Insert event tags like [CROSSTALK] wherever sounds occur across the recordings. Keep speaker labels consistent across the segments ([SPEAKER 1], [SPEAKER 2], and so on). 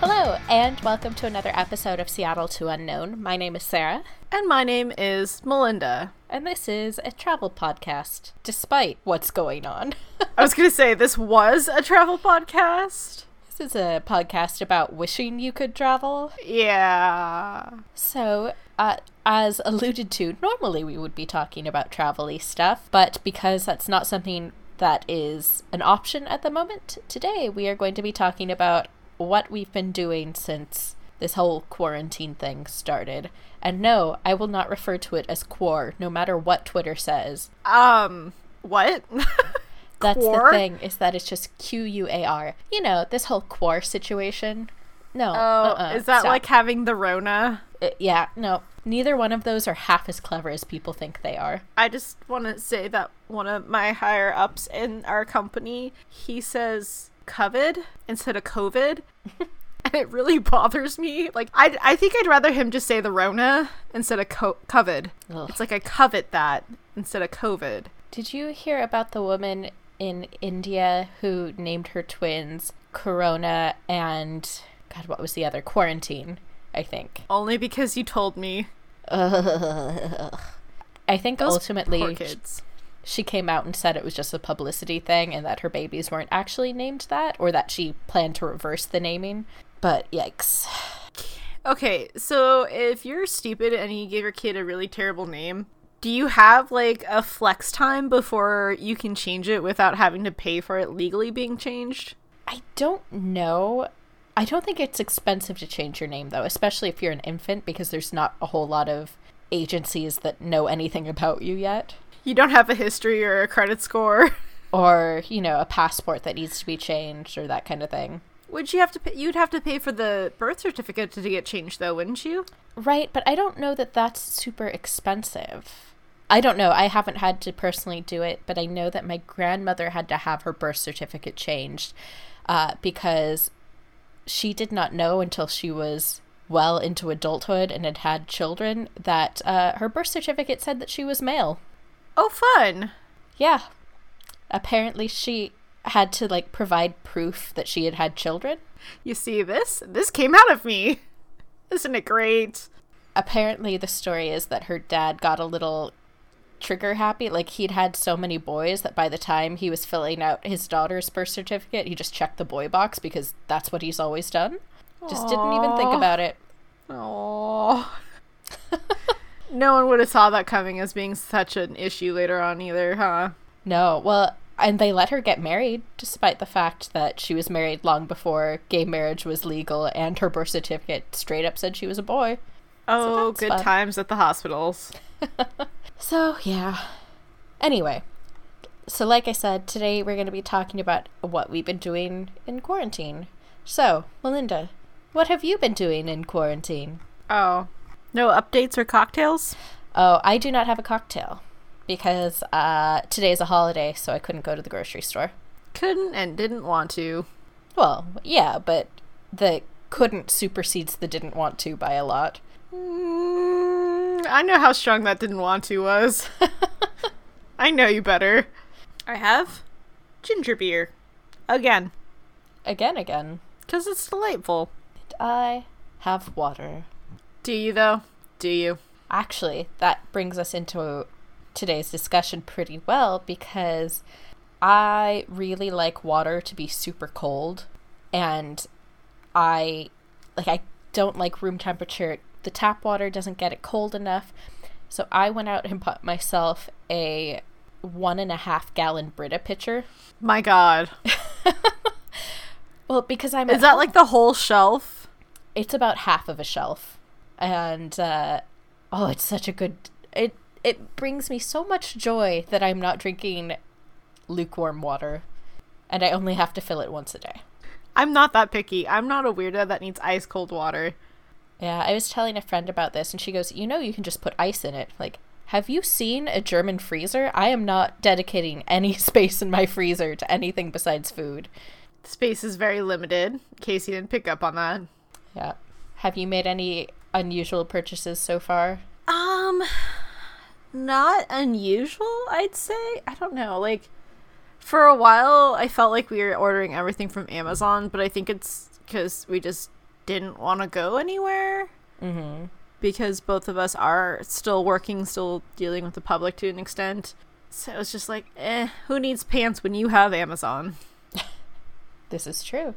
[SPEAKER 1] Hello, and welcome to another episode of Seattle to Unknown. My name is Sarah,
[SPEAKER 2] And my name is Melinda.
[SPEAKER 1] and this is a travel podcast, despite what's going on. [LAUGHS]
[SPEAKER 2] I was going to say this was a travel podcast.
[SPEAKER 1] this is a podcast about wishing you could travel.
[SPEAKER 2] Yeah.
[SPEAKER 1] So, uh, as alluded to, normally we would be talking about travel stuff, but because that's not something that is an option at the moment, today we are going to be talking about what we've been doing since this whole quarantine thing started. And no, I will not refer to it as quar, no matter what Twitter says.
[SPEAKER 2] Um what? [LAUGHS]
[SPEAKER 1] That's
[SPEAKER 2] Quar?
[SPEAKER 1] the thing, is that it's just Q U A R. You know, this whole quar situation. No.
[SPEAKER 2] Oh,
[SPEAKER 1] uh-uh,
[SPEAKER 2] is that
[SPEAKER 1] stop.
[SPEAKER 2] like having the rona?
[SPEAKER 1] Uh, yeah, no. Neither one of those are half as clever as people think they are.
[SPEAKER 2] I just want to say that one of my higher ups in our company, he says COVID instead
[SPEAKER 1] [LAUGHS]
[SPEAKER 2] of COVID. and it really bothers me. Like I I think I'd rather him just say the rona instead of co- COVID.
[SPEAKER 1] Ugh.
[SPEAKER 2] It's like I covet that instead of COVID.
[SPEAKER 1] Did you hear about the woman in India who named her twins Corona and God, what was the other? Quarantine, I
[SPEAKER 2] [LAUGHS]
[SPEAKER 1] think.
[SPEAKER 2] Only because you told me.
[SPEAKER 1] Ugh. I think
[SPEAKER 2] Those poor
[SPEAKER 1] ultimately sh-
[SPEAKER 2] kids.
[SPEAKER 1] she came out and said it was just a publicity thing and that her babies weren't actually named that or that she planned to reverse the naming. But yikes.
[SPEAKER 2] Okay, so if you're stupid and you give your kid a really terrible name, do you have like a flex time before you can change it without having to pay for it legally being changed?
[SPEAKER 1] I don't know. I don't think it's expensive to change your name though, especially if you're an infant because there's not a whole lot of agencies that know anything about you yet
[SPEAKER 2] You don't have a history or a credit score. [LAUGHS]
[SPEAKER 1] or, you know, a passport that needs to be changed or that kind of thing.
[SPEAKER 2] Would you have to pay? You'd have to pay for the birth certificate to get changed, though, wouldn't you?
[SPEAKER 1] Right, but I don't know that that's super expensive. I don't know. I haven't had to personally do it, but I know that my grandmother had to have her birth certificate changed uh, because she did not know until she was well into adulthood and had had children that uh, her birth certificate said that she was male.
[SPEAKER 2] Oh, fun!
[SPEAKER 1] Yeah. Apparently, she had to like provide proof that she had had children.
[SPEAKER 2] You see this? This came out of me. Isn't it great?
[SPEAKER 1] apparently the story is that her dad got a little trigger happy like he'd had so many boys that by the time he was filling out his daughter's birth certificate he just checked the boy box because that's what he's always done just didn't even think
[SPEAKER 2] Aw.
[SPEAKER 1] about it
[SPEAKER 2] Oh. [LAUGHS] no one would have saw that coming as being such an issue later on either, huh?
[SPEAKER 1] no well and they let her get married despite the fact that she was married long before gay marriage was legal and her birth certificate straight up said she was a boy
[SPEAKER 2] Oh,
[SPEAKER 1] that's
[SPEAKER 2] good
[SPEAKER 1] fun.
[SPEAKER 2] times at the hospitals.
[SPEAKER 1] So, yeah. Anyway, so like I said, today we're going to be talking about what we've been doing in quarantine. So, Melinda, what have you been doing in quarantine?
[SPEAKER 2] Oh. No updates or cocktails?
[SPEAKER 1] Oh, I do not have a cocktail because uh, today is a holiday, so I couldn't go to the grocery store.
[SPEAKER 2] Couldn't and didn't want to.
[SPEAKER 1] Well, yeah, but the couldn't supersedes the didn't want to by a lot.
[SPEAKER 2] Mm, I know how strong that didn't want to was. [LAUGHS] I know you better. I have ginger beer. Again.
[SPEAKER 1] Again, again,
[SPEAKER 2] Because it's delightful.
[SPEAKER 1] and I have water.
[SPEAKER 2] Do you, though? Do you?
[SPEAKER 1] Actually, that brings us into today's discussion pretty well because I really like water to be super cold and I like I don't like room temperature. The tap water doesn't get it cold enough. So I went out and bought myself a one and a half gallon Brita pitcher.
[SPEAKER 2] My god.
[SPEAKER 1] Well, because I'm
[SPEAKER 2] Is that like the whole shelf?
[SPEAKER 1] it's about half of a shelf and uh, oh it's such a good it it brings me so much joy that i'm not drinking lukewarm water and i only have to fill it once a day
[SPEAKER 2] I'm not that picky. I'm not a weirdo that needs ice cold water.
[SPEAKER 1] yeah i was telling a friend about this and she goes you know you can just put ice in it like have you seen a german freezer i am not dedicating any [LAUGHS] space in my freezer to anything besides food
[SPEAKER 2] Space is very limited, in case you didn't pick up on that.
[SPEAKER 1] yeah have you made any unusual purchases so far
[SPEAKER 2] Um, not unusual, I'd say. I don't know. Like, for a while, I felt like we were ordering everything from Amazon, but I think it's because we just didn't want to go anywhere
[SPEAKER 1] Mm-hmm.
[SPEAKER 2] because both of us are still working, still dealing with the public to an extent. So it was just like, eh, who needs pants when you have Amazon?
[SPEAKER 1] This is true.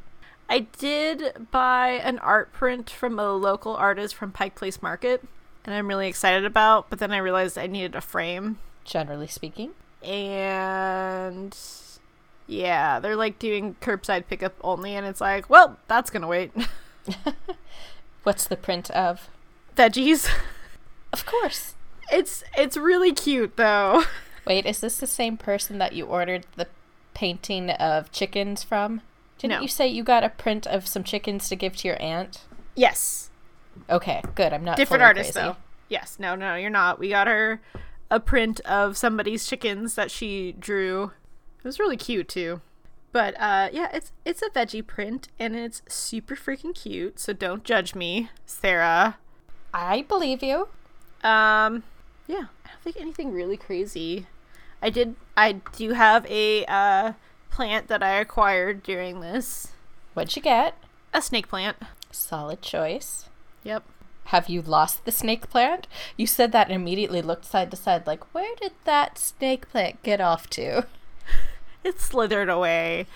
[SPEAKER 2] I did buy an art print from a local artist from Pike Place Market, and I'm really excited about, but then I realized I needed a frame.
[SPEAKER 1] Generally speaking.
[SPEAKER 2] And yeah, they're like doing curbside pickup only, and it's like, well, that's gonna wait. [LAUGHS]
[SPEAKER 1] What's the print of?
[SPEAKER 2] Veggies.
[SPEAKER 1] Of course.
[SPEAKER 2] It's it's really cute though.
[SPEAKER 1] Wait, is this the same person that you ordered the painting of chickens from? Didn't
[SPEAKER 2] No.
[SPEAKER 1] you say you got a print of some chickens to give to your aunt?
[SPEAKER 2] Yes.
[SPEAKER 1] Okay, good. I'm not
[SPEAKER 2] different
[SPEAKER 1] fully
[SPEAKER 2] artist
[SPEAKER 1] crazy.
[SPEAKER 2] though. Yes, no, no, you're not. We got her a print of somebody's chickens that she drew. It was really cute too. But uh, yeah, it's it's a veggie print and it's super freaking cute. So don't judge me, Sarah.
[SPEAKER 1] I believe you.
[SPEAKER 2] Um, yeah, I don't think anything really crazy. I did. I do have a uh, plant that I acquired during this.
[SPEAKER 1] What'd you get?
[SPEAKER 2] A snake plant.
[SPEAKER 1] Solid choice.
[SPEAKER 2] Yep.
[SPEAKER 1] Have you lost the snake plant? You said that and immediately looked side to side, like, where did that snake plant get off to?
[SPEAKER 2] It slithered away.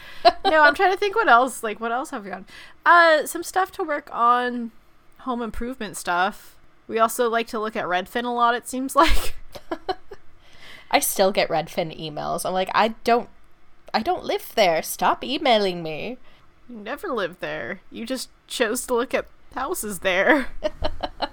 [SPEAKER 2] no, I'm trying to think what else. Like, what else have we got? Uh, some stuff to work on, home improvement stuff. We also like to look at Redfin a lot. It seems [LAUGHS] like.
[SPEAKER 1] I still get Redfin emails. I'm like, I don't, I don't live there. Stop emailing me.
[SPEAKER 2] You never lived there. You just chose to look at houses there. [LAUGHS]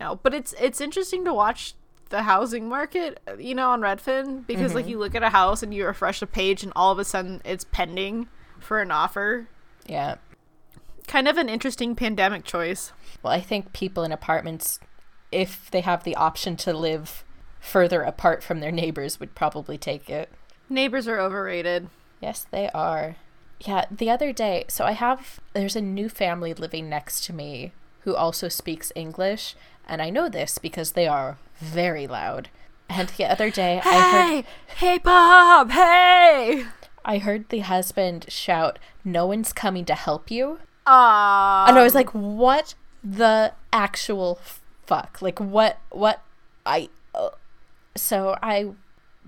[SPEAKER 2] no, but it's it's interesting to watch the housing market, you know, on Redfin because like you look at a house and you refresh the page and all of a sudden it's pending for an offer.
[SPEAKER 1] Yeah.
[SPEAKER 2] Kind of an interesting pandemic choice.
[SPEAKER 1] Well, I think people in apartments, if they have the option to live further apart from their neighbors, would probably take it.
[SPEAKER 2] Neighbors are overrated.
[SPEAKER 1] Yes, they are. Yeah, the other day, so I have, there's a new family living next to me who also speaks English, and I know this because they are very loud. And the other day, I heard,
[SPEAKER 2] hey, Bob, hey.
[SPEAKER 1] I heard the husband shout, "No one's coming to help you,"
[SPEAKER 2] Ah,
[SPEAKER 1] and I was like, "What the actual fuck? Like, what? What? I." Uh. So I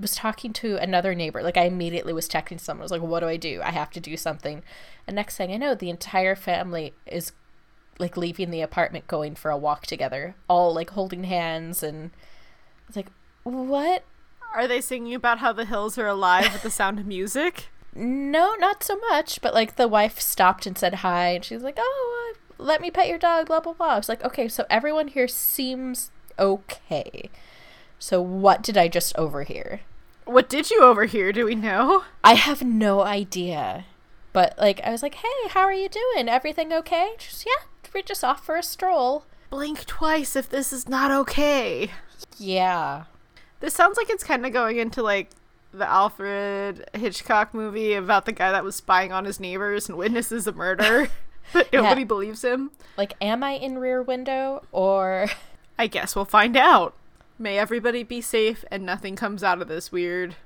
[SPEAKER 1] was talking to another neighbor. Like, I immediately was texting someone. I was like, "What do I do? I have to do something." And next thing I know, the entire family is like leaving the apartment, going for a walk together, all like holding hands, and I was like, "What?
[SPEAKER 2] are they singing about how the hills are alive with the sound of music?
[SPEAKER 1] No, not so much. But like the wife stopped and said hi, and she's like, "Oh, uh, let me pet your dog." Blah blah blah. I was like, "Okay, so everyone here seems okay. So what did I just overhear?
[SPEAKER 2] What did you overhear? Do we know?
[SPEAKER 1] I have no idea." But like, I was like, "Hey, how are you doing? Everything okay?" She's yeah, we're just off for a stroll.
[SPEAKER 2] Blink twice if this is not okay.
[SPEAKER 1] Yeah,
[SPEAKER 2] This sounds like it's kind of going into like the Alfred Hitchcock movie about the guy that was spying on his neighbors and witnesses a [LAUGHS] murder, but nobody believes him.
[SPEAKER 1] like, am I in rear window or?
[SPEAKER 2] I guess we'll find out. May everybody be safe and nothing comes out of this weird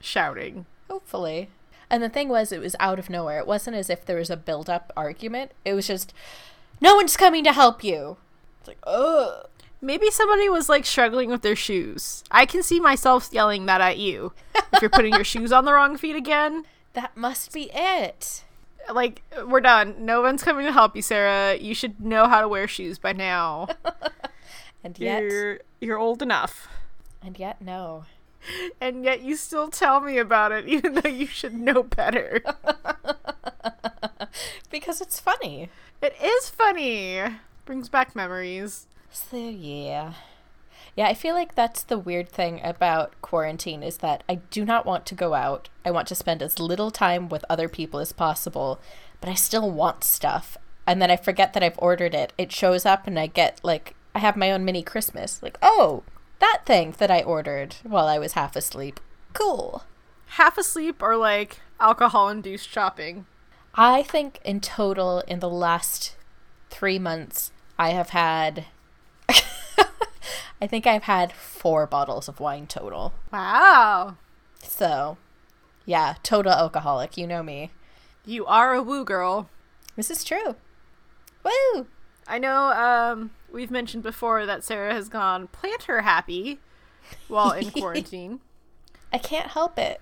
[SPEAKER 2] shouting.
[SPEAKER 1] Hopefully. And the thing was, it was out of nowhere. It wasn't as if there was a build up argument. It was just, no one's coming to help you. It's like, ugh.
[SPEAKER 2] Maybe somebody was like struggling with their shoes. I can see myself yelling that at you if you're putting your shoes on the wrong feet again.
[SPEAKER 1] That must be it.
[SPEAKER 2] Like, we're done. No one's coming to help you, Sarah. You should know how to wear shoes by now.
[SPEAKER 1] And yet,
[SPEAKER 2] You're you're old enough.
[SPEAKER 1] and yet, no.
[SPEAKER 2] And yet you still tell me about it [LAUGHS] even though you should know better.
[SPEAKER 1] Because it's funny.
[SPEAKER 2] it is funny. Brings back memories.
[SPEAKER 1] So, yeah. Yeah, I feel like that's the weird thing about quarantine is that I do not want to go out. I want to spend as little time with other people as possible, but I still want stuff. And then I forget that I've ordered it. It shows up and I get like I have my own mini Christmas. Like, oh, that thing that I ordered while I was half asleep. Cool.
[SPEAKER 2] Half asleep or like alcohol induced shopping.
[SPEAKER 1] I think in total in the last three months, I have had. [LAUGHS] I think I've had four bottles of wine total.
[SPEAKER 2] Wow.
[SPEAKER 1] So, yeah, total alcoholic. You know me.
[SPEAKER 2] You are a woo girl.
[SPEAKER 1] This is true. Woo!
[SPEAKER 2] I know um, we've mentioned before that Sarah has gone planter happy while [LAUGHS] in quarantine,
[SPEAKER 1] I can't help it.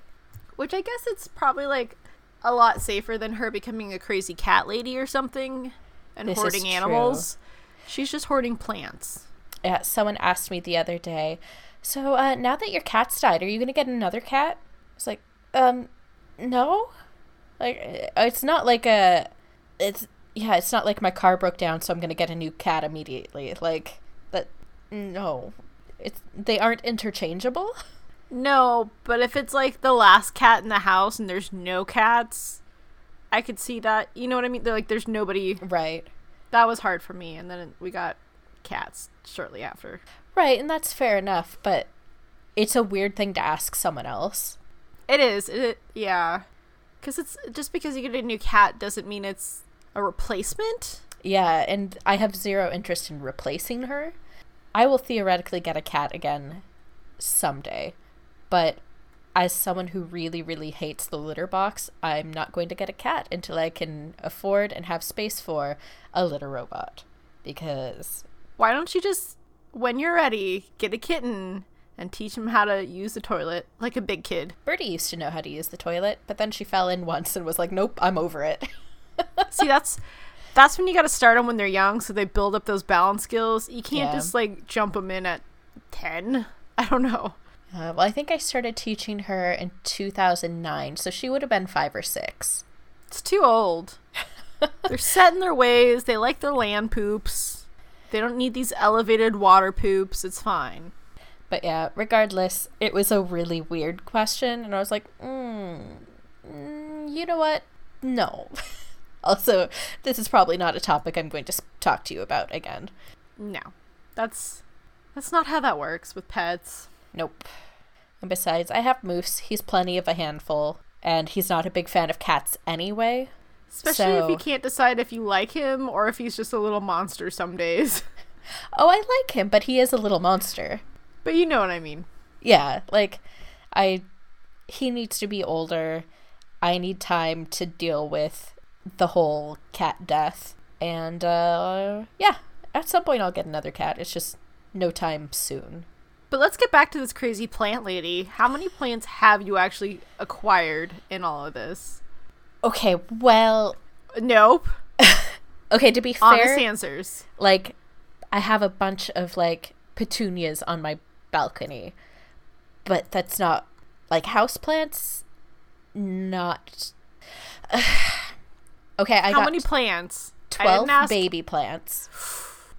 [SPEAKER 2] which I guess it's probably like a lot safer than her becoming a crazy cat lady or something and
[SPEAKER 1] This is
[SPEAKER 2] hoarding
[SPEAKER 1] true.
[SPEAKER 2] animals. She's just hoarding plants.
[SPEAKER 1] Yeah, uh, someone asked me the other day, so uh, now that your cat's died, are you going to get another cat? It's like, um, no. Like, uh, it's not like a. It's. Yeah, it's not like my car broke down, so I'm going to get a new cat immediately. Like, that. No. It's, they aren't interchangeable.
[SPEAKER 2] No, but if it's like the last cat in the house and there's no cats, I could see that. You know what I mean? They're like, there's nobody.
[SPEAKER 1] Right.
[SPEAKER 2] That was hard for me. And then we got cats shortly after.
[SPEAKER 1] Right, and that's fair enough, but it's a weird thing to ask someone else.
[SPEAKER 2] It is. It yeah. Cuz it's just because you get a new cat doesn't mean it's a replacement.
[SPEAKER 1] Yeah, and I have zero interest in replacing her. I will theoretically get a cat again someday, but as someone who really, really hates the litter box, I'm not going to get a cat until I can afford and have space for a litter robot. Because,
[SPEAKER 2] Why don't you just when you're ready, get a kitten and teach him how to use the toilet like a big kid.
[SPEAKER 1] Bertie used to know how to use the toilet, but then she fell in once and was like, nope, I'm over it. [LAUGHS]
[SPEAKER 2] See, that's that's when you got to start them when they're young so they build up those balance skills. You can't
[SPEAKER 1] Yeah.
[SPEAKER 2] just like jump them in at 10. I don't know.
[SPEAKER 1] Uh, well, I think I started teaching her in 2009, so she would have been five or six.
[SPEAKER 2] It's too old. they're set in their ways. They like their land poops. They don't need these elevated water poops. It's fine.
[SPEAKER 1] But yeah, regardless, it was a really weird question, and I was like, mm, mm, you know what? No. [LAUGHS] also, this is probably not a topic I'm going to s- talk to you about again.
[SPEAKER 2] No. That's that's not how that works with pets.
[SPEAKER 1] Nope. And besides, I have Moose. He's plenty of a handful, and he's not a big fan of cats anyway.
[SPEAKER 2] Especially if you
[SPEAKER 1] So-
[SPEAKER 2] can't decide if you like him or if he's just a little monster some days. [LAUGHS]
[SPEAKER 1] Oh, I like him, but he is a little monster.
[SPEAKER 2] but you know what I mean.
[SPEAKER 1] yeah like i he needs to be older i need time to deal with the whole cat death and uh yeah at some point i'll get another cat it's just no time soon
[SPEAKER 2] But let's get back to this crazy plant lady. How many plants have you actually acquired in all of this?
[SPEAKER 1] okay well
[SPEAKER 2] Nope.
[SPEAKER 1] [LAUGHS] okay to be
[SPEAKER 2] Honest
[SPEAKER 1] fair
[SPEAKER 2] answers.
[SPEAKER 1] like i have a bunch of like petunias on my balcony but that's not like houseplants not [SIGHS] okay i
[SPEAKER 2] How
[SPEAKER 1] got
[SPEAKER 2] many plants? I didn't
[SPEAKER 1] 12
[SPEAKER 2] ask-
[SPEAKER 1] baby plants.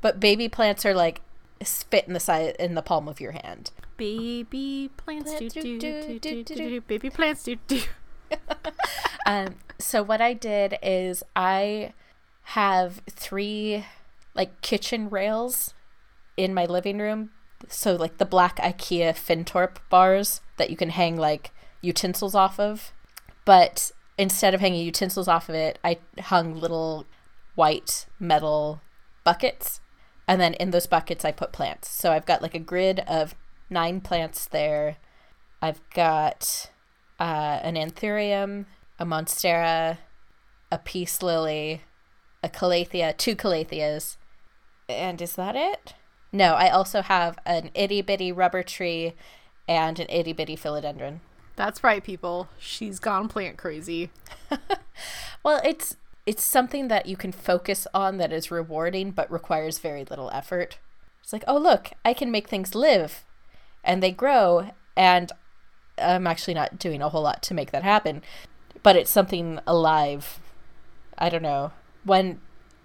[SPEAKER 1] But baby plants are like spit in the side in the palm of your hand.
[SPEAKER 2] baby plants.
[SPEAKER 1] Plant
[SPEAKER 2] do,
[SPEAKER 1] do,
[SPEAKER 2] do,
[SPEAKER 1] do,
[SPEAKER 2] do,
[SPEAKER 1] do,
[SPEAKER 2] do,
[SPEAKER 1] [LAUGHS] do,
[SPEAKER 2] do, do, baby plants. Do, do.
[SPEAKER 1] Um so what I did is I have three like kitchen rails in my living room. So like the black IKEA Fintorp bars that you can hang like utensils off of. But instead of hanging utensils off of it, I hung little white metal buckets. And then in those buckets, I put plants. So I've got like a grid of nine plants there. I've got uh, an anthurium, a monstera, a peace lily, a calathea, two calatheas. And is that it? No, I also have an itty bitty rubber tree and an itty bitty philodendron.
[SPEAKER 2] That's right, people. She's gone plant crazy.
[SPEAKER 1] Well, it's it's something that you can focus on that is rewarding but requires very little effort. It's like, oh look, I can make things live, and they grow, and I'm actually not doing a whole lot to make that happen, but it's something alive. I don't know when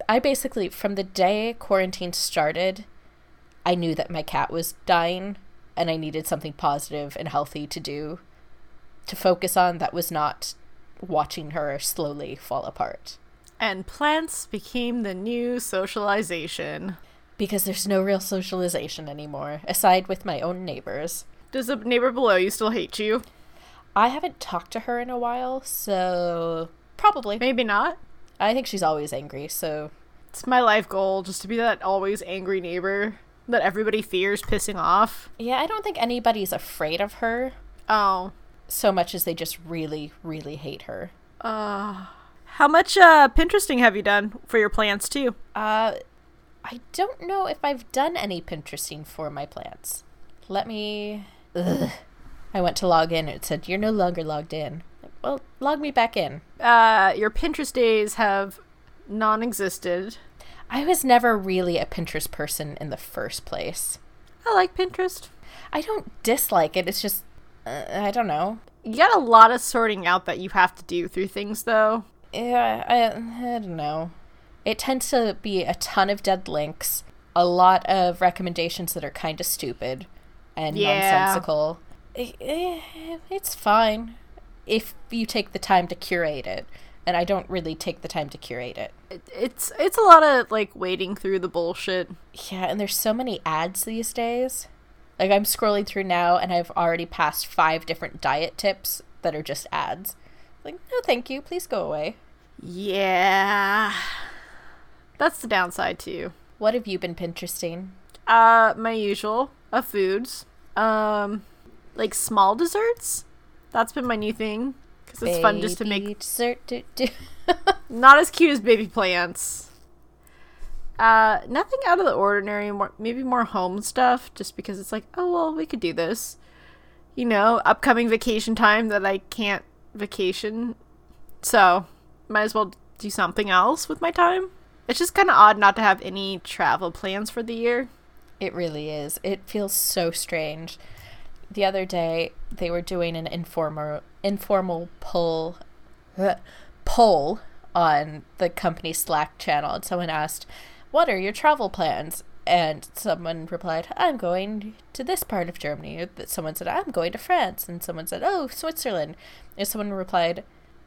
[SPEAKER 1] I basically from the day quarantine started, I knew that my cat was dying, and I needed something positive and healthy to do to focus on that was not watching her slowly fall apart
[SPEAKER 2] And plants became the new socialization.
[SPEAKER 1] because there's no real socialization anymore aside with my own neighbors
[SPEAKER 2] Does the neighbor below you still hate you?
[SPEAKER 1] i haven't talked to her in a while so probably
[SPEAKER 2] Maybe not.
[SPEAKER 1] i think she's always angry so
[SPEAKER 2] It's my life goal just to be that always angry neighbor that everybody fears pissing off.
[SPEAKER 1] yeah i don't think anybody's afraid of her
[SPEAKER 2] Oh.
[SPEAKER 1] so much as they just really really hate her
[SPEAKER 2] How much uh, Pinteresting have you done for your plants too?
[SPEAKER 1] Uh, I don't know if I've done any Pinteresting for my plants. Let me. Ugh. I went to log in. It said you're no longer logged in. Like, well, log me back in.
[SPEAKER 2] Uh, your Pinterest days have non-existed.
[SPEAKER 1] I was never really a Pinterest person in the first place.
[SPEAKER 2] I like Pinterest.
[SPEAKER 1] I don't dislike it. It's just uh, I don't know.
[SPEAKER 2] You got a lot of sorting out that you have to do through things though.
[SPEAKER 1] Yeah, I, I don't know. It tends to be a ton of dead links, a lot of recommendations that are kind of stupid and
[SPEAKER 2] Yeah.
[SPEAKER 1] nonsensical. Eh, eh, It's fine if you take the time to curate it, and I don't really take the time to curate it.
[SPEAKER 2] It, it's it's a lot of like wading through the bullshit.
[SPEAKER 1] Yeah, and there's so many ads these days. Like I'm scrolling through now and I've already passed five different diet tips that are just ads. Like, no thank you, please go away.
[SPEAKER 2] Yeah. That's the downside too.
[SPEAKER 1] What have you been Pinteresting?
[SPEAKER 2] Uh my usual of foods. Um like small desserts. That's been my new thing cuz it's fun just to
[SPEAKER 1] Baby
[SPEAKER 2] make
[SPEAKER 1] dessert do, do. [LAUGHS]
[SPEAKER 2] not as cute as baby plants. Uh, nothing out of the ordinary. More, maybe more home stuff, just because it's like, oh well, we could do this. You know, upcoming vacation time that I can't vacation, so might as well do something else with my time. It's just kind of odd not to have any travel plans for the year.
[SPEAKER 1] It really is. It feels so strange. The other day they were doing an informal informal poll poll on the company Slack channel and someone asked, "What are your travel plans?" And someone replied, "I'm going to this part of Germany." Or that someone said, "I'm going to France." And someone said, "Oh, Switzerland." And someone replied,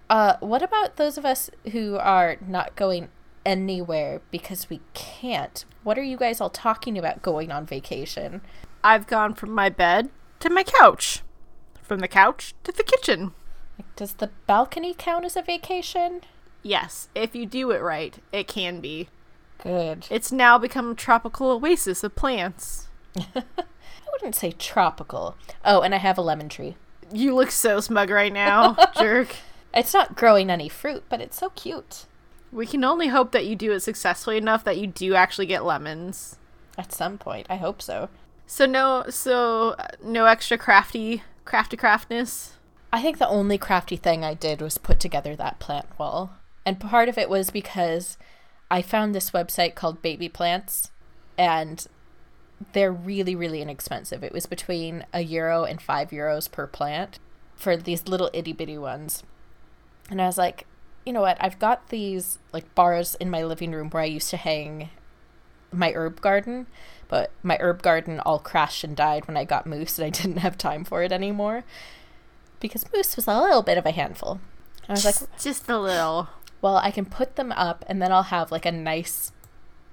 [SPEAKER 1] "Uh, what about those of us who are not going anywhere because we can't? What are you guys all talking about going on vacation?"
[SPEAKER 2] I've gone from my bed to my couch, from the couch to the kitchen.
[SPEAKER 1] Like, does the balcony count as a vacation?
[SPEAKER 2] Yes, if you do it right, it can be.
[SPEAKER 1] Good.
[SPEAKER 2] It's now become a tropical oasis of plants.
[SPEAKER 1] I wouldn't say tropical. Oh, and I have a lemon tree.
[SPEAKER 2] You look so smug
[SPEAKER 1] [LAUGHS]
[SPEAKER 2] right now, jerk.
[SPEAKER 1] It's not growing any fruit, but it's so cute.
[SPEAKER 2] We can only hope that you do it successfully enough that you do actually get lemons.
[SPEAKER 1] At some point, I hope so.
[SPEAKER 2] So no, so uh, no extra crafty, crafty craftness.
[SPEAKER 1] I think the only crafty thing I did was put together that plant wall. And part of it was because I found this website called Baby Plants, and they're really, really inexpensive. It was between a euro and five euros per plant for these little itty bitty ones. And I was like, you know what? I've got these like bars in my living room where I used to hang my herb garden, but my herb garden all crashed and died when I got Moose and I [LAUGHS] didn't have time for it anymore because Moose was a little bit of a handful. And I was like,
[SPEAKER 2] Just, just a little.
[SPEAKER 1] well, I can put them up and then I'll have like a nice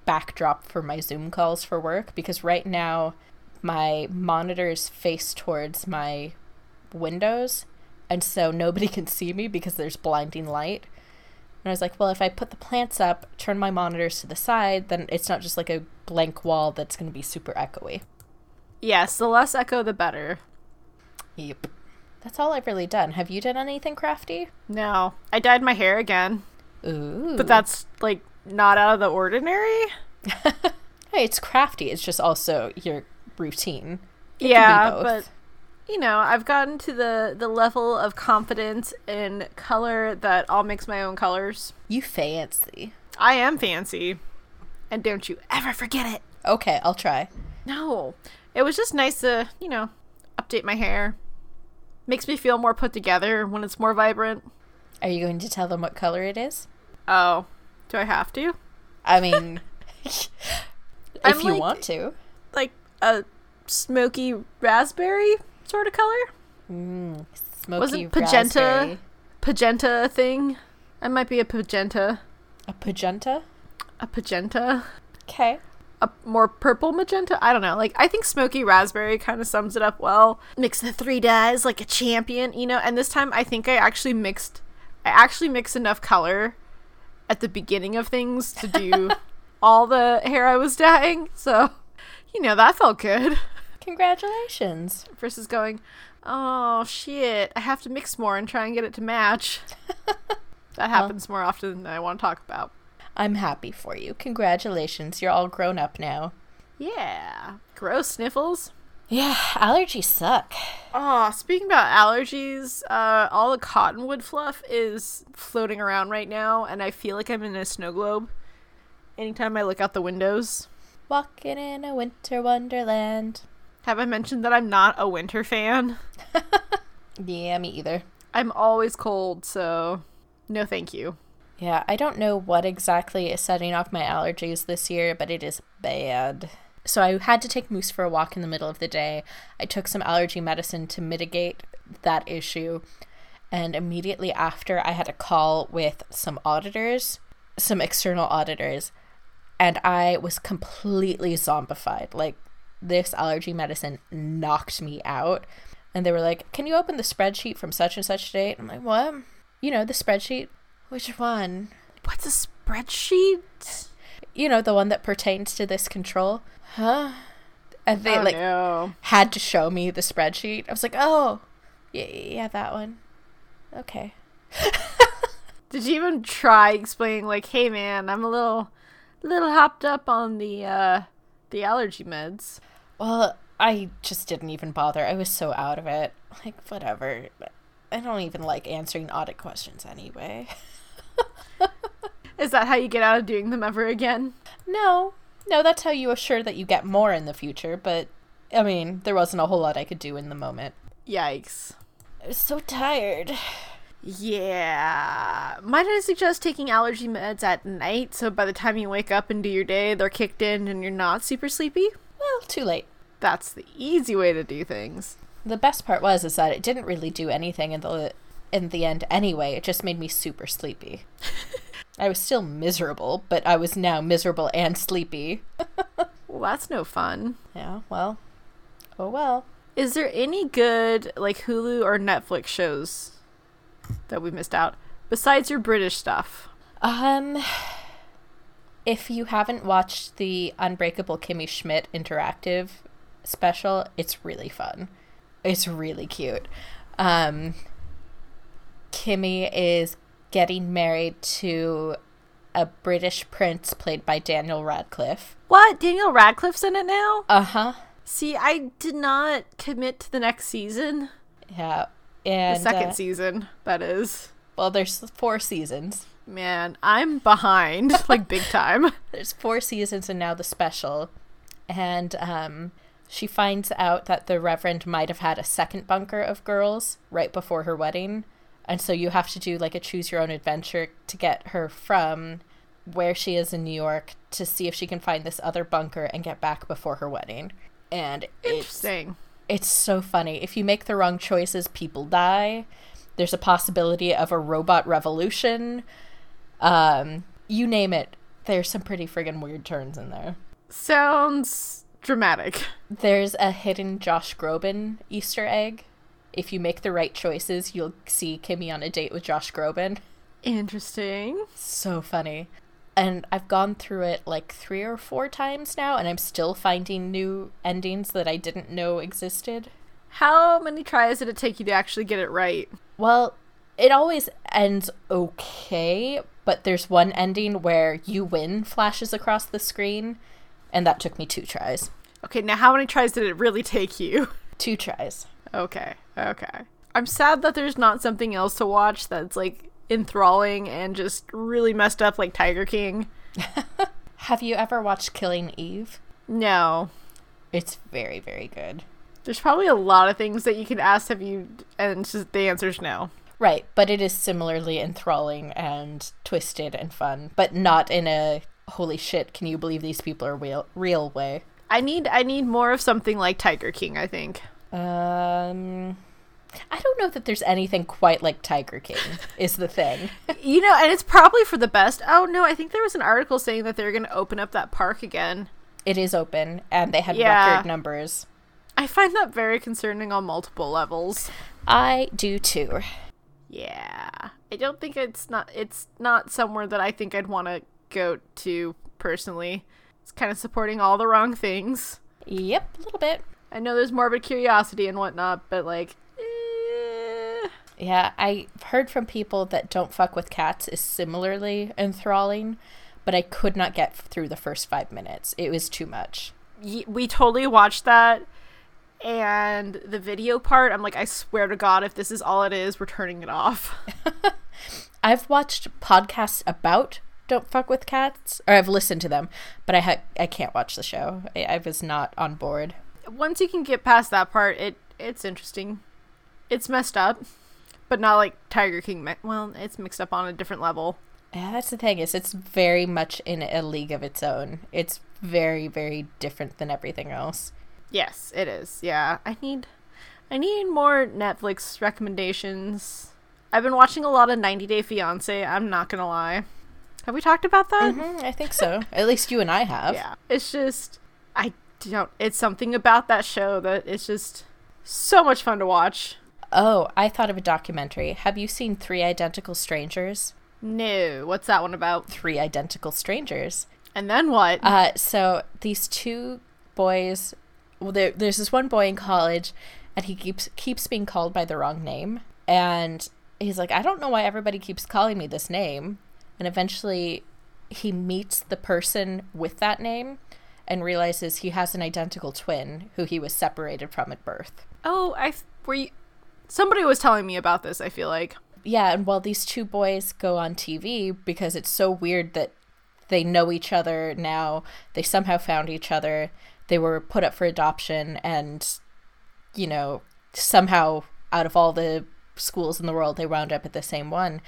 [SPEAKER 1] backdrop for my Zoom calls for work because right now my monitor is faced towards my windows and so nobody [LAUGHS] can see me because there's blinding light. And I was like, well, if I put the plants up, turn my monitors to the side, then it's not just like a blank wall that's going to be super echoey.
[SPEAKER 2] Yes, the less echo, the better.
[SPEAKER 1] Yep. That's all I've really done. Have you done anything crafty?
[SPEAKER 2] No, I dyed my hair again,
[SPEAKER 1] Ooh.
[SPEAKER 2] but that's like not out of the ordinary.
[SPEAKER 1] Hey, it's crafty. It's just also your routine.
[SPEAKER 2] yeah,
[SPEAKER 1] both.
[SPEAKER 2] but you know, I've gotten to the the level of confidence in color that I'll mix my own colors.
[SPEAKER 1] You fancy.
[SPEAKER 2] I am fancy. And don't you ever forget it.
[SPEAKER 1] Okay, I'll try.
[SPEAKER 2] No. It was just nice to, you know, update my hair. Makes me feel more put together when it's more vibrant.
[SPEAKER 1] Are you going to tell them what color it is?
[SPEAKER 2] Oh, do I have to?
[SPEAKER 1] I
[SPEAKER 2] [LAUGHS]
[SPEAKER 1] mean, if
[SPEAKER 2] I'm
[SPEAKER 1] you
[SPEAKER 2] like-
[SPEAKER 1] want to.
[SPEAKER 2] Like a smoky raspberry sort of color?
[SPEAKER 1] Smoky
[SPEAKER 2] Wasn't magenta
[SPEAKER 1] raspberry.
[SPEAKER 2] Pagenta thing? I might be a pagenta.
[SPEAKER 1] A magenta?
[SPEAKER 2] A pagenta?
[SPEAKER 1] Okay.
[SPEAKER 2] a more purple magenta. I don't know. Like I think smoky raspberry kind of sums it up well. Mix the three dyes like a champion, you know. And this time I think I actually mixed I actually mixed enough color at the beginning of things to do all the hair I was dyeing. So, you know, that felt good [LAUGHS]
[SPEAKER 1] Congratulations.
[SPEAKER 2] versus going, "Oh shit, I have to mix more and try and get it to match." That happens more often than I want to talk about.
[SPEAKER 1] I'm happy for you. Congratulations. You're all grown up now.
[SPEAKER 2] Yeah. Gross sniffles.
[SPEAKER 1] Yeah, allergies suck.
[SPEAKER 2] Oh, speaking about allergies, uh, all the cottonwood fluff is floating around right now, and I feel like I'm in a snow globe anytime I look out the windows.
[SPEAKER 1] Walking in a winter wonderland.
[SPEAKER 2] Have I mentioned that I'm not a winter fan?
[SPEAKER 1] Yeah, me either.
[SPEAKER 2] I'm always cold, so no thank you.
[SPEAKER 1] Yeah, I don't know what exactly is setting off my allergies this year, but it is bad. So I had to take Moose for a walk in the middle of the day. I took some allergy medicine to mitigate that issue. And immediately after, I had a call with some auditors, some external auditors, and I was completely zombified. Like, this allergy medicine knocked me out. And they were like, Can you open the spreadsheet from such and such date? I'm like, What? You know, the spreadsheet? Which one?
[SPEAKER 2] What's a spreadsheet?
[SPEAKER 1] You know, the one that pertains to this control? Huh? And they,
[SPEAKER 2] oh,
[SPEAKER 1] like,
[SPEAKER 2] no.
[SPEAKER 1] had to show me the spreadsheet. I was like, oh, yeah, yeah that one. Okay. [LAUGHS]
[SPEAKER 2] Did you even try explaining like, hey man, I'm a little little hopped up on the uh the allergy meds.
[SPEAKER 1] Well, I just didn't even bother. I was so out of it. Like, whatever. I don't even like answering audit questions anyway. [LAUGHS]
[SPEAKER 2] Is that how you get out of doing them ever again?
[SPEAKER 1] No, no, that's how you assure that you get more in the future, but I mean, there wasn't a whole lot I could do in the moment.
[SPEAKER 2] Yikes.
[SPEAKER 1] I was so tired.
[SPEAKER 2] Yeah. Might I suggest taking allergy meds at night so by the time you wake up and do your day, they're kicked in and you're not super sleepy?
[SPEAKER 1] Well, too late.
[SPEAKER 2] That's the easy way to do things.
[SPEAKER 1] The best part was is that it didn't really do anything in the in the end anyway. It just made me super sleepy. I was still miserable, but I was now miserable and sleepy.
[SPEAKER 2] Well, that's no fun.
[SPEAKER 1] Yeah, well. Oh well.
[SPEAKER 2] Is there any good like Hulu or Netflix shows that we missed out besides your British stuff?
[SPEAKER 1] Um if you haven't watched the Unbreakable Kimmy Schmidt interactive special, it's really fun. It's really cute. Um Kimmy is getting married to a British prince played by Daniel Radcliffe.
[SPEAKER 2] What? Daniel Radcliffe's in it now?
[SPEAKER 1] Uh-huh.
[SPEAKER 2] See, I did not commit to the next season.
[SPEAKER 1] Yeah. And
[SPEAKER 2] The second
[SPEAKER 1] uh,
[SPEAKER 2] season, that is.
[SPEAKER 1] well, there's four seasons.
[SPEAKER 2] Man, I'm behind, [LAUGHS] like big time.
[SPEAKER 1] there's four seasons and now the special and um she finds out that the reverend might have had a second bunker of girls right before her wedding and so you have to do like a choose your own adventure to get her from where she is in new york to see if she can find this other bunker and get back before her wedding and it's
[SPEAKER 2] Interesting.
[SPEAKER 1] it's so funny. If you make the wrong choices, people die. There's a possibility of a robot revolution. Um, you name it. There's some pretty friggin' weird turns in there.
[SPEAKER 2] Sounds dramatic.
[SPEAKER 1] There's a hidden Josh Groban Easter egg. If you make the right choices, you'll see Kimmy on a date with Josh Groban. [LAUGHS]
[SPEAKER 2] Interesting.
[SPEAKER 1] So funny. And I've gone through it like three or four times now, and I'm still finding new endings that I didn't know existed.
[SPEAKER 2] How many tries did it take you to actually get it right?
[SPEAKER 1] Well, it always ends okay, but there's one ending where you win flashes across the screen, and that took me two tries.
[SPEAKER 2] Okay, now how many tries did it really take you? [LAUGHS]
[SPEAKER 1] Two tries.
[SPEAKER 2] Okay, okay. I'm sad that there's not something else to watch that's like enthralling and just really messed up like Tiger King.
[SPEAKER 1] Have you ever watched Killing Eve?
[SPEAKER 2] No.
[SPEAKER 1] It's very, very good.
[SPEAKER 2] There's probably a lot of things that you could ask have you and it's just the answer's no.
[SPEAKER 1] Right, but it is similarly enthralling and twisted and fun, but not in a holy shit, can you believe these people are real, real way.
[SPEAKER 2] I need I need more of something like Tiger King, I think.
[SPEAKER 1] Um, I don't know that there's anything quite like Tiger King, is the thing.
[SPEAKER 2] you know, and it's probably for the best. Oh no, I think there was an article saying that they're going to open up that park again.
[SPEAKER 1] It is open, and they had
[SPEAKER 2] Yeah.
[SPEAKER 1] record numbers.
[SPEAKER 2] I find that very concerning on multiple levels.
[SPEAKER 1] I do too.
[SPEAKER 2] Yeah. I don't think it's not it's not somewhere that I think I'd want to go to personally. It's kind of supporting all the wrong things.
[SPEAKER 1] Yep, a little bit.
[SPEAKER 2] I know there's morbid curiosity and whatnot, but like eh,
[SPEAKER 1] Yeah, I've heard from people that Don't Fuck with Cats is similarly enthralling, but I could not get through the first five minutes. It was too much.
[SPEAKER 2] Ye- we totally watched that and the video part i'm like i swear to god if this is all it is we're turning it off
[SPEAKER 1] I've watched podcasts about Don't Fuck with Cats, or I've listened to them, but I ha- I can't watch the show. I-, I was not on board.
[SPEAKER 2] once you can get past that part it it's interesting it's messed up but not like tiger king me- well it's mixed up on a different level
[SPEAKER 1] Yeah, that's the thing is it's very much in a league of its own. It's very very different than everything else.
[SPEAKER 2] yes it is yeah i need i need more netflix recommendations i've been watching a lot of 90 day fiance i'm not gonna lie have we talked about that
[SPEAKER 1] Mm, I think so. At least you and I have.
[SPEAKER 2] Yeah. It's just I don't it's something about that show that it's just so much fun to watch.
[SPEAKER 1] Oh, I thought of a documentary. Have you seen Three Identical Strangers?
[SPEAKER 2] No, what's that one about?
[SPEAKER 1] Three Identical Strangers.
[SPEAKER 2] And then what?
[SPEAKER 1] Uh, so these two boys, well, there, there's this one boy in college, and he keeps keeps being called by the wrong name, and he's like, I don't know why everybody keeps calling me this name, and eventually, he meets the person with that name, and realizes he has an identical twin who he was separated from at birth.
[SPEAKER 2] oh, I f- were you somebody was telling me about this, I feel like.
[SPEAKER 1] yeah, and while these two boys go on TV because it's so weird that they know each other now, they somehow found each other, they were put up for adoption, and you know, somehow out of all the schools in the world, they wound up at the same one.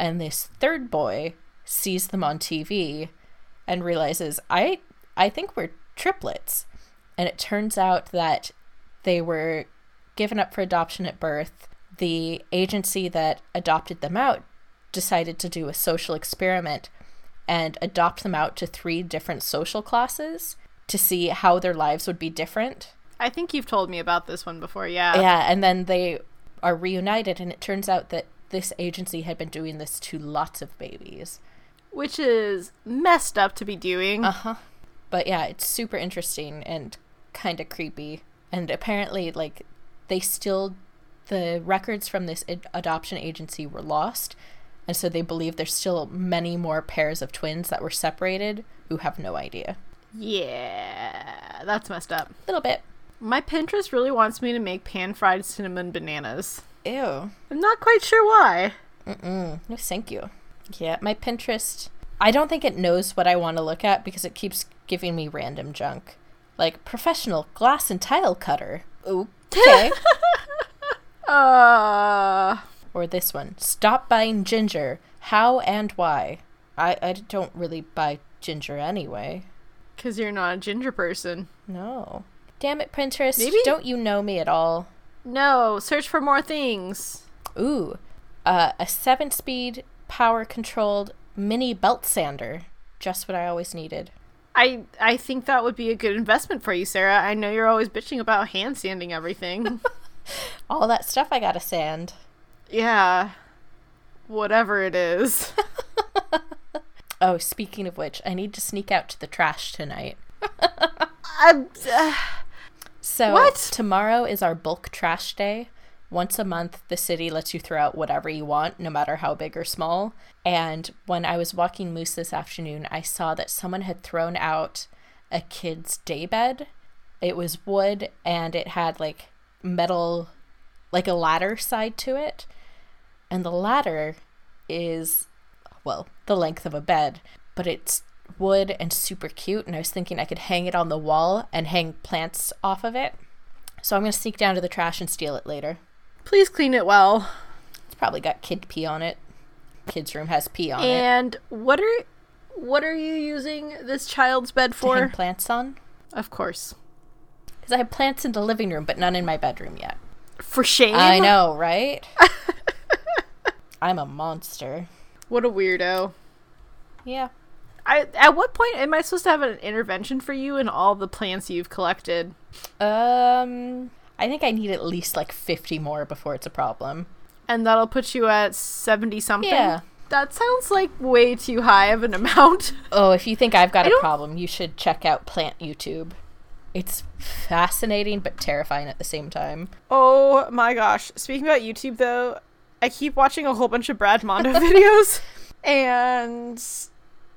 [SPEAKER 1] And this third boy sees them on TV and realizes, I, I think we're triplets. And it turns out that they were given up for adoption at birth. The agency that adopted them out decided to do a social experiment and adopt them out to three different social classes to see how their lives would be different.
[SPEAKER 2] I think you've told me about this one before. Yeah.
[SPEAKER 1] Yeah, and then they are reunited, and it turns out that this agency had been doing this to lots of babies.
[SPEAKER 2] Which is messed up to be doing.
[SPEAKER 1] Uh. Uh-huh. But yeah, it's super interesting and kind of creepy. And apparently, like, they still, the records from this ad- adoption agency were lost. And so they believe there's still many more pairs of twins that were separated who have no idea.
[SPEAKER 2] yeah. That's messed up.
[SPEAKER 1] A little bit.
[SPEAKER 2] My Pinterest really wants me to make pan-fried cinnamon bananas.
[SPEAKER 1] Ew.
[SPEAKER 2] I'm not quite sure why.
[SPEAKER 1] No, thank you. Yeah, my Pinterest. I don't think it knows what I want to look at because it keeps giving me random junk. Like professional glass and tile cutter. [LAUGHS] Okay.
[SPEAKER 2] Uh
[SPEAKER 1] or this one. Stop buying ginger. How and why? I, I don't really buy ginger anyway.
[SPEAKER 2] Because you're not a ginger person.
[SPEAKER 1] No. Damn it, Pinterest.
[SPEAKER 2] Maybe-
[SPEAKER 1] Don't you know me at all?
[SPEAKER 2] No, search for more things.
[SPEAKER 1] Ooh. Uh, a seven speed power controlled mini belt sander. Just what I always needed.
[SPEAKER 2] I I think that would be a good investment for you, Sarah. I know you're always bitching about hand sanding everything. [LAUGHS]
[SPEAKER 1] All that stuff I gotta sand.
[SPEAKER 2] yeah. Whatever it is. [LAUGHS]
[SPEAKER 1] Oh, speaking of which, I need to sneak out to the trash tonight.
[SPEAKER 2] I, uh,
[SPEAKER 1] So
[SPEAKER 2] What?
[SPEAKER 1] tomorrow is our bulk trash day. Once a month, the city lets you throw out whatever you want, no matter how big or small. And when I was walking Moose this afternoon, I saw that someone had thrown out a kid's daybed. It was wood and it had like metal, like a ladder side to it. And the ladder is, well, the length of a bed, but it's wood and super cute. And I was thinking I could hang it on the wall and hang plants off of it. So I'm going to sneak down to the trash and steal it later.
[SPEAKER 2] please clean it well.
[SPEAKER 1] It's probably got kid pee on it. Kid's room has pee on it.
[SPEAKER 2] And what are what are you using this child's bed
[SPEAKER 1] To hang
[SPEAKER 2] for?
[SPEAKER 1] plants on.
[SPEAKER 2] Of course.
[SPEAKER 1] Because I have plants in the living room, but none in my bedroom yet.
[SPEAKER 2] For shame.
[SPEAKER 1] I know, right? I'm a monster.
[SPEAKER 2] What a weirdo.
[SPEAKER 1] Yeah.
[SPEAKER 2] I at what point am I supposed to have an intervention for you and all the plants you've collected?
[SPEAKER 1] Um, I think I need at least like 50 more before it's a problem.
[SPEAKER 2] and that'll put you at 70 something.
[SPEAKER 1] Yeah.
[SPEAKER 2] That sounds like way too high of an [LAUGHS] amount.
[SPEAKER 1] Oh, if you think I've got
[SPEAKER 2] I
[SPEAKER 1] a
[SPEAKER 2] don't-
[SPEAKER 1] problem, you should check out Plant YouTube. It's fascinating but terrifying at the same time.
[SPEAKER 2] Oh my gosh. Speaking about YouTube though, I keep watching a whole bunch of Brad Mondo [LAUGHS] videos, and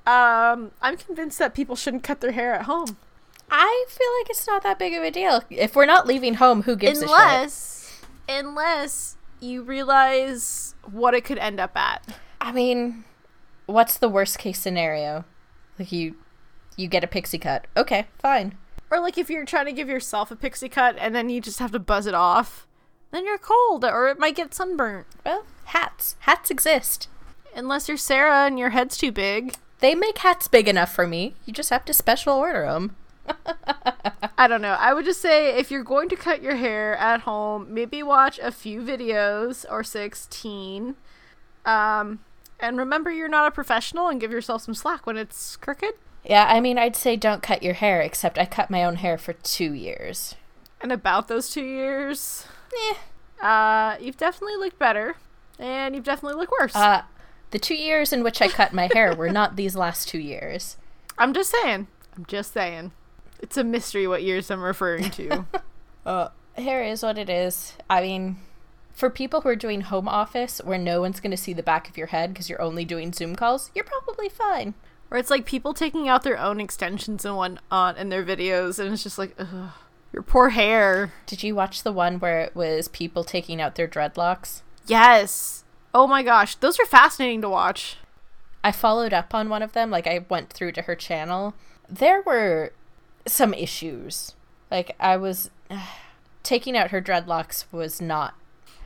[SPEAKER 2] um, I'm convinced that people shouldn't cut their hair at home.
[SPEAKER 1] I feel like it's not that big of a deal. If we're not leaving home, who gives a shit?
[SPEAKER 2] Unless, unless you realize what it could end up at.
[SPEAKER 1] I mean, what's the worst case scenario? Like you, you get a pixie cut. Okay, fine.
[SPEAKER 2] Or like if you're trying to give yourself a pixie cut and then you just have to buzz it off, then you're cold or it might get sunburnt.
[SPEAKER 1] Well, hats, hats exist.
[SPEAKER 2] Unless you're Sarah and your head's too big.
[SPEAKER 1] They make hats big enough for me. You just have to special order them.
[SPEAKER 2] I don't know. I would just say if you're going to cut your hair at home, maybe watch a few videos or 16. Um and remember you're not a professional and give yourself some slack when it's crooked.
[SPEAKER 1] Yeah, I mean, I'd say don't cut your hair, except I cut my own hair for two years.
[SPEAKER 2] And about those 2 years,
[SPEAKER 1] Eh.
[SPEAKER 2] uh you've definitely looked better and you've definitely looked worse.
[SPEAKER 1] Uh, the two years in which I cut my hair were not these last two years.
[SPEAKER 2] I'm just saying. I'm just saying. It's a mystery what years I'm referring
[SPEAKER 1] [LAUGHS]
[SPEAKER 2] to.
[SPEAKER 1] Uh, hair is what it is. I mean, for people who are doing home office where no one's going to see the back of your head because you're only doing Zoom calls, you're probably fine.
[SPEAKER 2] or it's like people taking out their own extensions and whatnot in their videos, and it's just like, ugh, your poor hair.
[SPEAKER 1] Did you watch the one where it was people taking out their dreadlocks?
[SPEAKER 2] Yes. Oh my gosh, those are fascinating to watch.
[SPEAKER 1] I followed up on one of them. Like I went through to her channel. There were some issues. Like I was [SIGHS] taking out her dreadlocks was not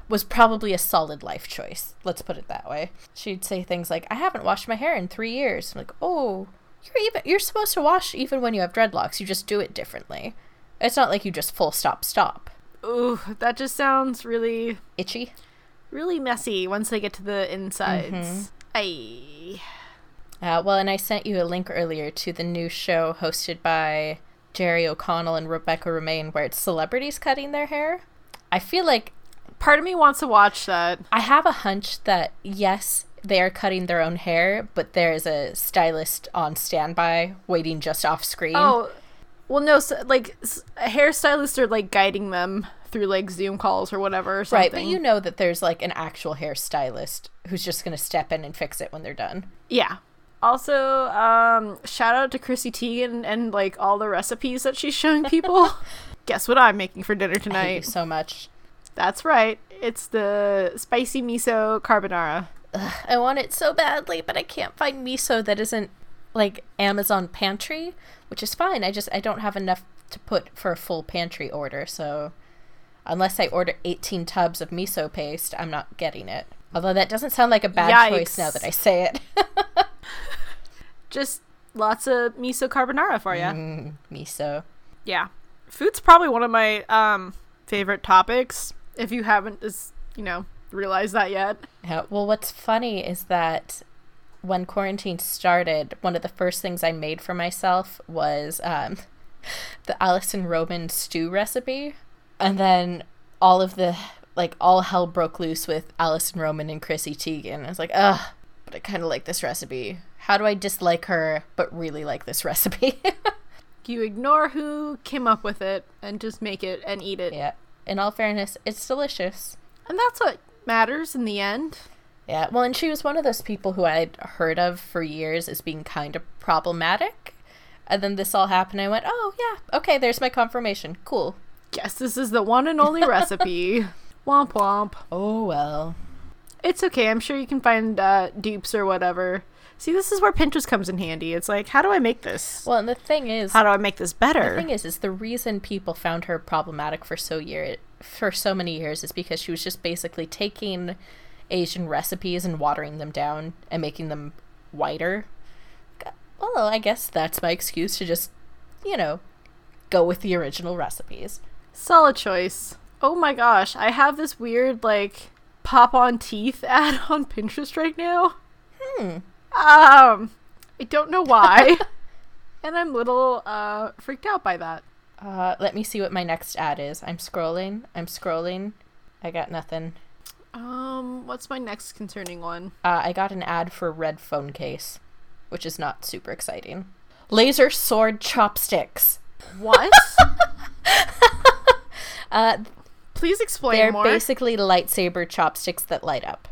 [SPEAKER 1] was probably a solid life choice. Let's put it that way. She'd say things like, "I haven't washed my hair in 3 years." I'm like, "Oh, you're even you're supposed to wash even when you have dreadlocks. You just do it differently. It's not like you just full stop stop."
[SPEAKER 2] Ooh, that just sounds really,
[SPEAKER 1] Itchy.
[SPEAKER 2] really messy once they get to the insides.
[SPEAKER 1] Mm-hmm.
[SPEAKER 2] Aye.
[SPEAKER 1] Uh, well, and I sent you a link earlier to the new show hosted by Jerry O'Connell and Rebecca Romaine, where it's celebrities cutting their hair. I feel like
[SPEAKER 2] Part of me wants to watch that.
[SPEAKER 1] I have a hunch that yes, they are cutting their own hair, but there is a stylist on standby waiting just off screen.
[SPEAKER 2] Oh, well, no, so, like s- hairstylists are like guiding them through like Zoom calls or whatever. Or something.
[SPEAKER 1] right, but you know that there's like an actual hairstylist who's just going to step in and fix it when they're done.
[SPEAKER 2] Yeah. Also, um, shout out to Chrissy Teigen and like all the recipes that she's showing
[SPEAKER 1] [LAUGHS]
[SPEAKER 2] people. Guess what I'm making for dinner
[SPEAKER 1] I hate you
[SPEAKER 2] tonight?
[SPEAKER 1] so much.
[SPEAKER 2] That's right. It's the spicy miso carbonara.
[SPEAKER 1] I want it so badly, but I can't find miso that isn't like Amazon pantry, which is fine. I just I don't have enough to put for a full pantry order, so unless I order 18 tubs of miso paste, I'm not getting it. Although that doesn't sound like a bad choice
[SPEAKER 2] Yikes.
[SPEAKER 1] now that I say it. [LAUGHS]
[SPEAKER 2] Just lots of miso carbonara for you.
[SPEAKER 1] Mm, miso.
[SPEAKER 2] Yeah. Food's probably one of my um favorite topics. If you haven't is you know, realized that yet.
[SPEAKER 1] Yeah, well, what's funny is that when quarantine started, one of the first things I made for myself was um, [LAUGHS] the Allison Roman stew recipe. And then all of the, like, all hell broke loose with Allison Roman and Chrissy Teigen. I was like, ugh, but I kind of like this recipe. How do I dislike her but really like this [LAUGHS] recipe?
[SPEAKER 2] You ignore who came up with it and just make it and eat it.
[SPEAKER 1] yeah. In all fairness, it's delicious.
[SPEAKER 2] And that's what matters in the end.
[SPEAKER 1] Yeah, well, and she was one of those people who I'd heard of for years as being kind of problematic. And then this all happened. I went, oh, yeah, okay, there's my confirmation. Cool.
[SPEAKER 2] Guess this is the one
[SPEAKER 1] [LAUGHS]
[SPEAKER 2] and only recipe. Womp womp.
[SPEAKER 1] Oh, well.
[SPEAKER 2] It's okay. I'm sure you can find uh, dupes or whatever. See, this is where Pinterest comes in handy. It's like, how do I make this?
[SPEAKER 1] Well, and the thing is,
[SPEAKER 2] How do I make this
[SPEAKER 1] the
[SPEAKER 2] better?
[SPEAKER 1] thing is, is the reason people found her problematic for so year for so many years is because she was just basically taking Asian recipes and watering them down and making them whiter. G- Well, I guess that's my excuse to just, you know, go with the original recipes.
[SPEAKER 2] Solid choice. Oh my gosh, I have this weird like pop on teeth [LAUGHS] ad on Pinterest right now. Hmm. Um, I don't
[SPEAKER 1] [LAUGHS]
[SPEAKER 2] know why, and I'm little uh freaked out by that.
[SPEAKER 1] Uh, let me see what my next ad is. I'm scrolling. I'm scrolling. I got nothing.
[SPEAKER 2] Um, what's my next concerning one?
[SPEAKER 1] Uh, I got an ad for red phone case, which is not super exciting. Laser
[SPEAKER 2] [LAUGHS]
[SPEAKER 1] sword chopsticks.
[SPEAKER 2] What?
[SPEAKER 1] [LAUGHS] Uh,
[SPEAKER 2] Please explain
[SPEAKER 1] They're
[SPEAKER 2] more.
[SPEAKER 1] basically lightsaber chopsticks that light up.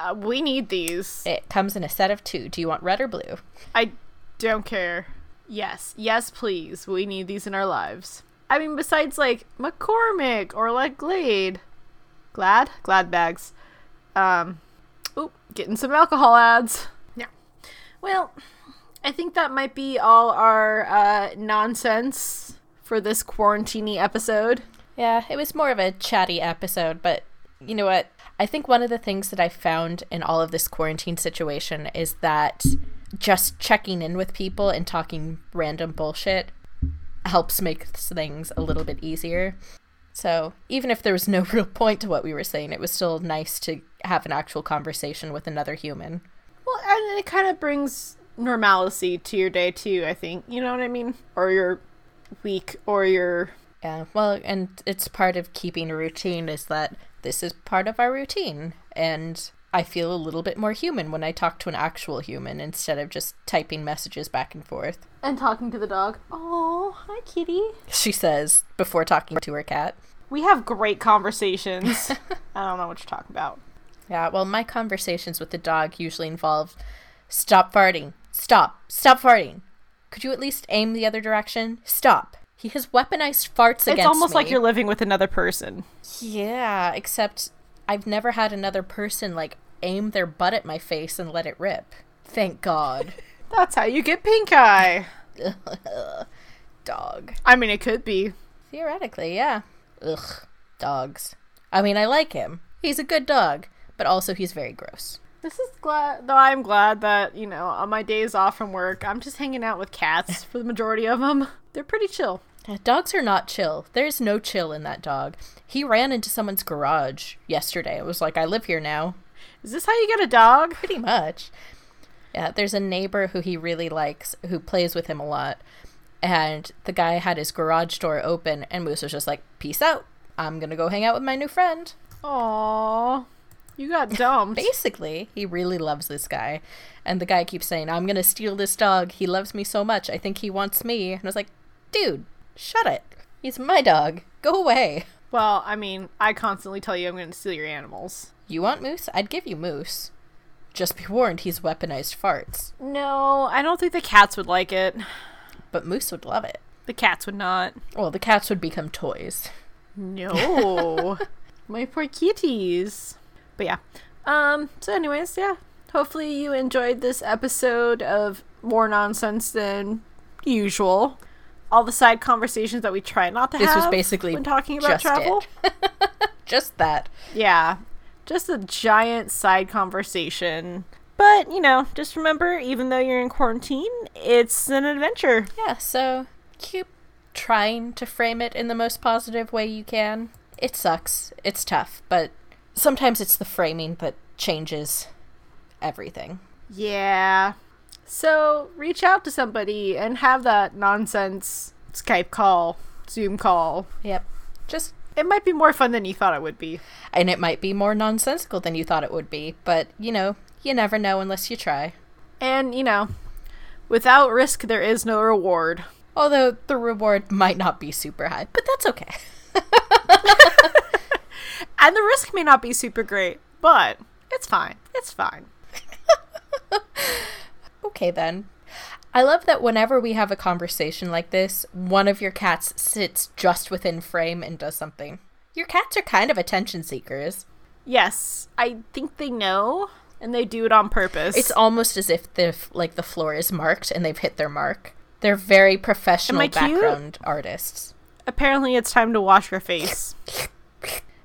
[SPEAKER 2] Uh, we need these.
[SPEAKER 1] It comes in a set of two. Do you want red or blue?
[SPEAKER 2] I don't care. Yes, yes, please. We need these in our lives. I mean, besides like McCormick or like Glade, Glad, Glad bags. Um, oop, getting some alcohol ads. Yeah. Well, I think that might be all our uh, nonsense for this quarantine episode.
[SPEAKER 1] Yeah, it was more of a chatty episode, but you know what? I think one of the things that I found in all of this quarantine situation is that just checking in with people and talking random bullshit helps make things a little bit easier. So, even if there was no [LAUGHS] real point to what we were saying, it was still nice to have an actual conversation with another human.
[SPEAKER 2] Well, and it kind of brings normalcy to your day too. I think you know what I mean, or your week, or your
[SPEAKER 1] Yeah, well, and it's part of keeping a routine is that this is part of our routine. And I feel a little bit more human when I talk to an actual human instead of just typing messages back and forth.
[SPEAKER 2] and talking to the dog. Oh, hi, kitty.
[SPEAKER 1] She says before talking to her cat.
[SPEAKER 2] We have great [LAUGHS] conversations. I don't know what you're talking about.
[SPEAKER 1] Yeah, well, my conversations with the dog usually involve stop farting, stop, stop farting. Could you at least aim the other direction? Stop. He has weaponized farts against me.
[SPEAKER 2] it's almost like you're living with another person.
[SPEAKER 1] Yeah, except I've never had another person like aim their butt at my face and let it rip. Thank God.
[SPEAKER 2] That's how you get pink eye.
[SPEAKER 1] Dog.
[SPEAKER 2] I mean, it could be.
[SPEAKER 1] Theoretically, yeah. Ugh, dogs. I mean, I like him. He's a good dog, but also he's very gross.
[SPEAKER 2] This is glad, though. I'm glad that you know, on my days off from work, I'm just hanging out with cats for the majority of them. They're pretty chill.
[SPEAKER 1] Uh, Dogs are not chill. There's no chill in that dog. He ran into someone's garage yesterday. It was like, I live here now.
[SPEAKER 2] Is this how you get a dog?
[SPEAKER 1] pretty much. Yeah, there's a neighbor who he really likes who plays with him a lot. And the guy had his garage door open, and Moose was just like, Peace out. I'm going to go hang out with my new friend.
[SPEAKER 2] Aww, you [LAUGHS] got dumped.
[SPEAKER 1] Basically, he really loves this guy. And the guy keeps saying, I'm going to steal this dog. He loves me so much. I think he wants me. And I was like, Dude, shut it. He's my dog. Go away.
[SPEAKER 2] well, I mean, I constantly tell you I'm going to steal your animals.
[SPEAKER 1] You want Moose? I'd give you Moose. Just be warned, he's weaponized farts.
[SPEAKER 2] No, I don't think the cats would like it.
[SPEAKER 1] But Moose would love it.
[SPEAKER 2] The cats would not.
[SPEAKER 1] Well, the cats would become toys. [LAUGHS]
[SPEAKER 2] No. My poor kitties. But yeah. Um, so anyways, yeah. Hopefully you enjoyed this episode of more nonsense than usual. All the side conversations that we try not to
[SPEAKER 1] This
[SPEAKER 2] have
[SPEAKER 1] was basically
[SPEAKER 2] when talking about
[SPEAKER 1] just
[SPEAKER 2] travel.
[SPEAKER 1] it. just that.
[SPEAKER 2] Yeah. Just a giant side conversation. But, you know, just remember, even though you're in quarantine, it's an adventure.
[SPEAKER 1] Yeah, so keep trying to frame it in the most positive way you can. It sucks. It's tough, but sometimes it's the framing that changes everything.
[SPEAKER 2] Yeah. So reach out to somebody and have that nonsense Skype call, Zoom call.
[SPEAKER 1] Yep. Just
[SPEAKER 2] It might be more fun than you thought it would be.
[SPEAKER 1] and it might be more nonsensical than you thought it would be, but you know, you never know unless you try.
[SPEAKER 2] And, you know, without risk, there is no reward.
[SPEAKER 1] Although the reward might not be super high, but that's okay.
[SPEAKER 2] And the risk may not be super great, but it's fine. It's fine.
[SPEAKER 1] Okay, then. I love that whenever we have a conversation like this, one of your cats sits just within frame and does something. Your cats are kind of attention seekers.
[SPEAKER 2] Yes, I think they know, and they do it on purpose.
[SPEAKER 1] It's almost as if the f- like the floor is marked and they've hit their mark. They're very professional
[SPEAKER 2] Am I cute?
[SPEAKER 1] background artists.
[SPEAKER 2] Apparently, it's time to wash your face.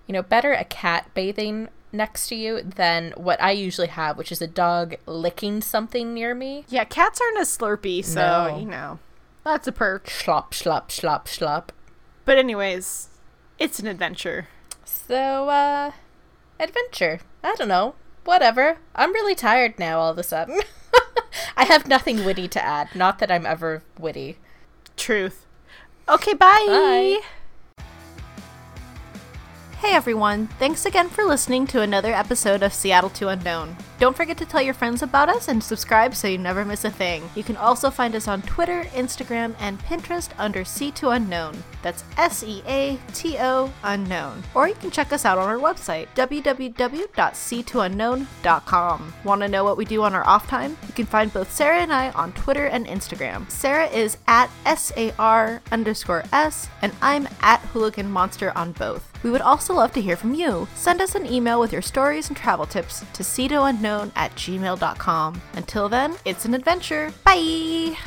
[SPEAKER 1] You know, better a cat bathing next to you than what I usually have, which is a dog licking something near me.
[SPEAKER 2] yeah, cats aren't as slurpy, so,
[SPEAKER 1] No.
[SPEAKER 2] you know, that's a perk.
[SPEAKER 1] Slop, slop, slop, slop.
[SPEAKER 2] But, anyways, it's an adventure.
[SPEAKER 1] So, uh, adventure. I don't know. Whatever. I'm really tired now all of a sudden. [LAUGHS] I have nothing witty to add. Not that I'm ever witty.
[SPEAKER 2] Truth. Okay, bye.
[SPEAKER 1] Bye. Hey everyone, thanks again for listening to another episode of Seattle to Unknown. Don't forget to tell your friends about us and subscribe so you never miss a thing. You can also find us on Twitter, Instagram, and Pinterest under C2Unknown. That's S E A T O Unknown. Or you can check us out on our website, www.c2unknown.com. Want to know what we do on our off time? You can find both Sarah and I on Twitter and Instagram. Sarah is at S A R underscore S, and I'm at Hooligan Monster on both. We would also love to hear from you. Send us an email with your stories and travel tips to cetounknown at gmail.com. Until then, it's an adventure. Bye!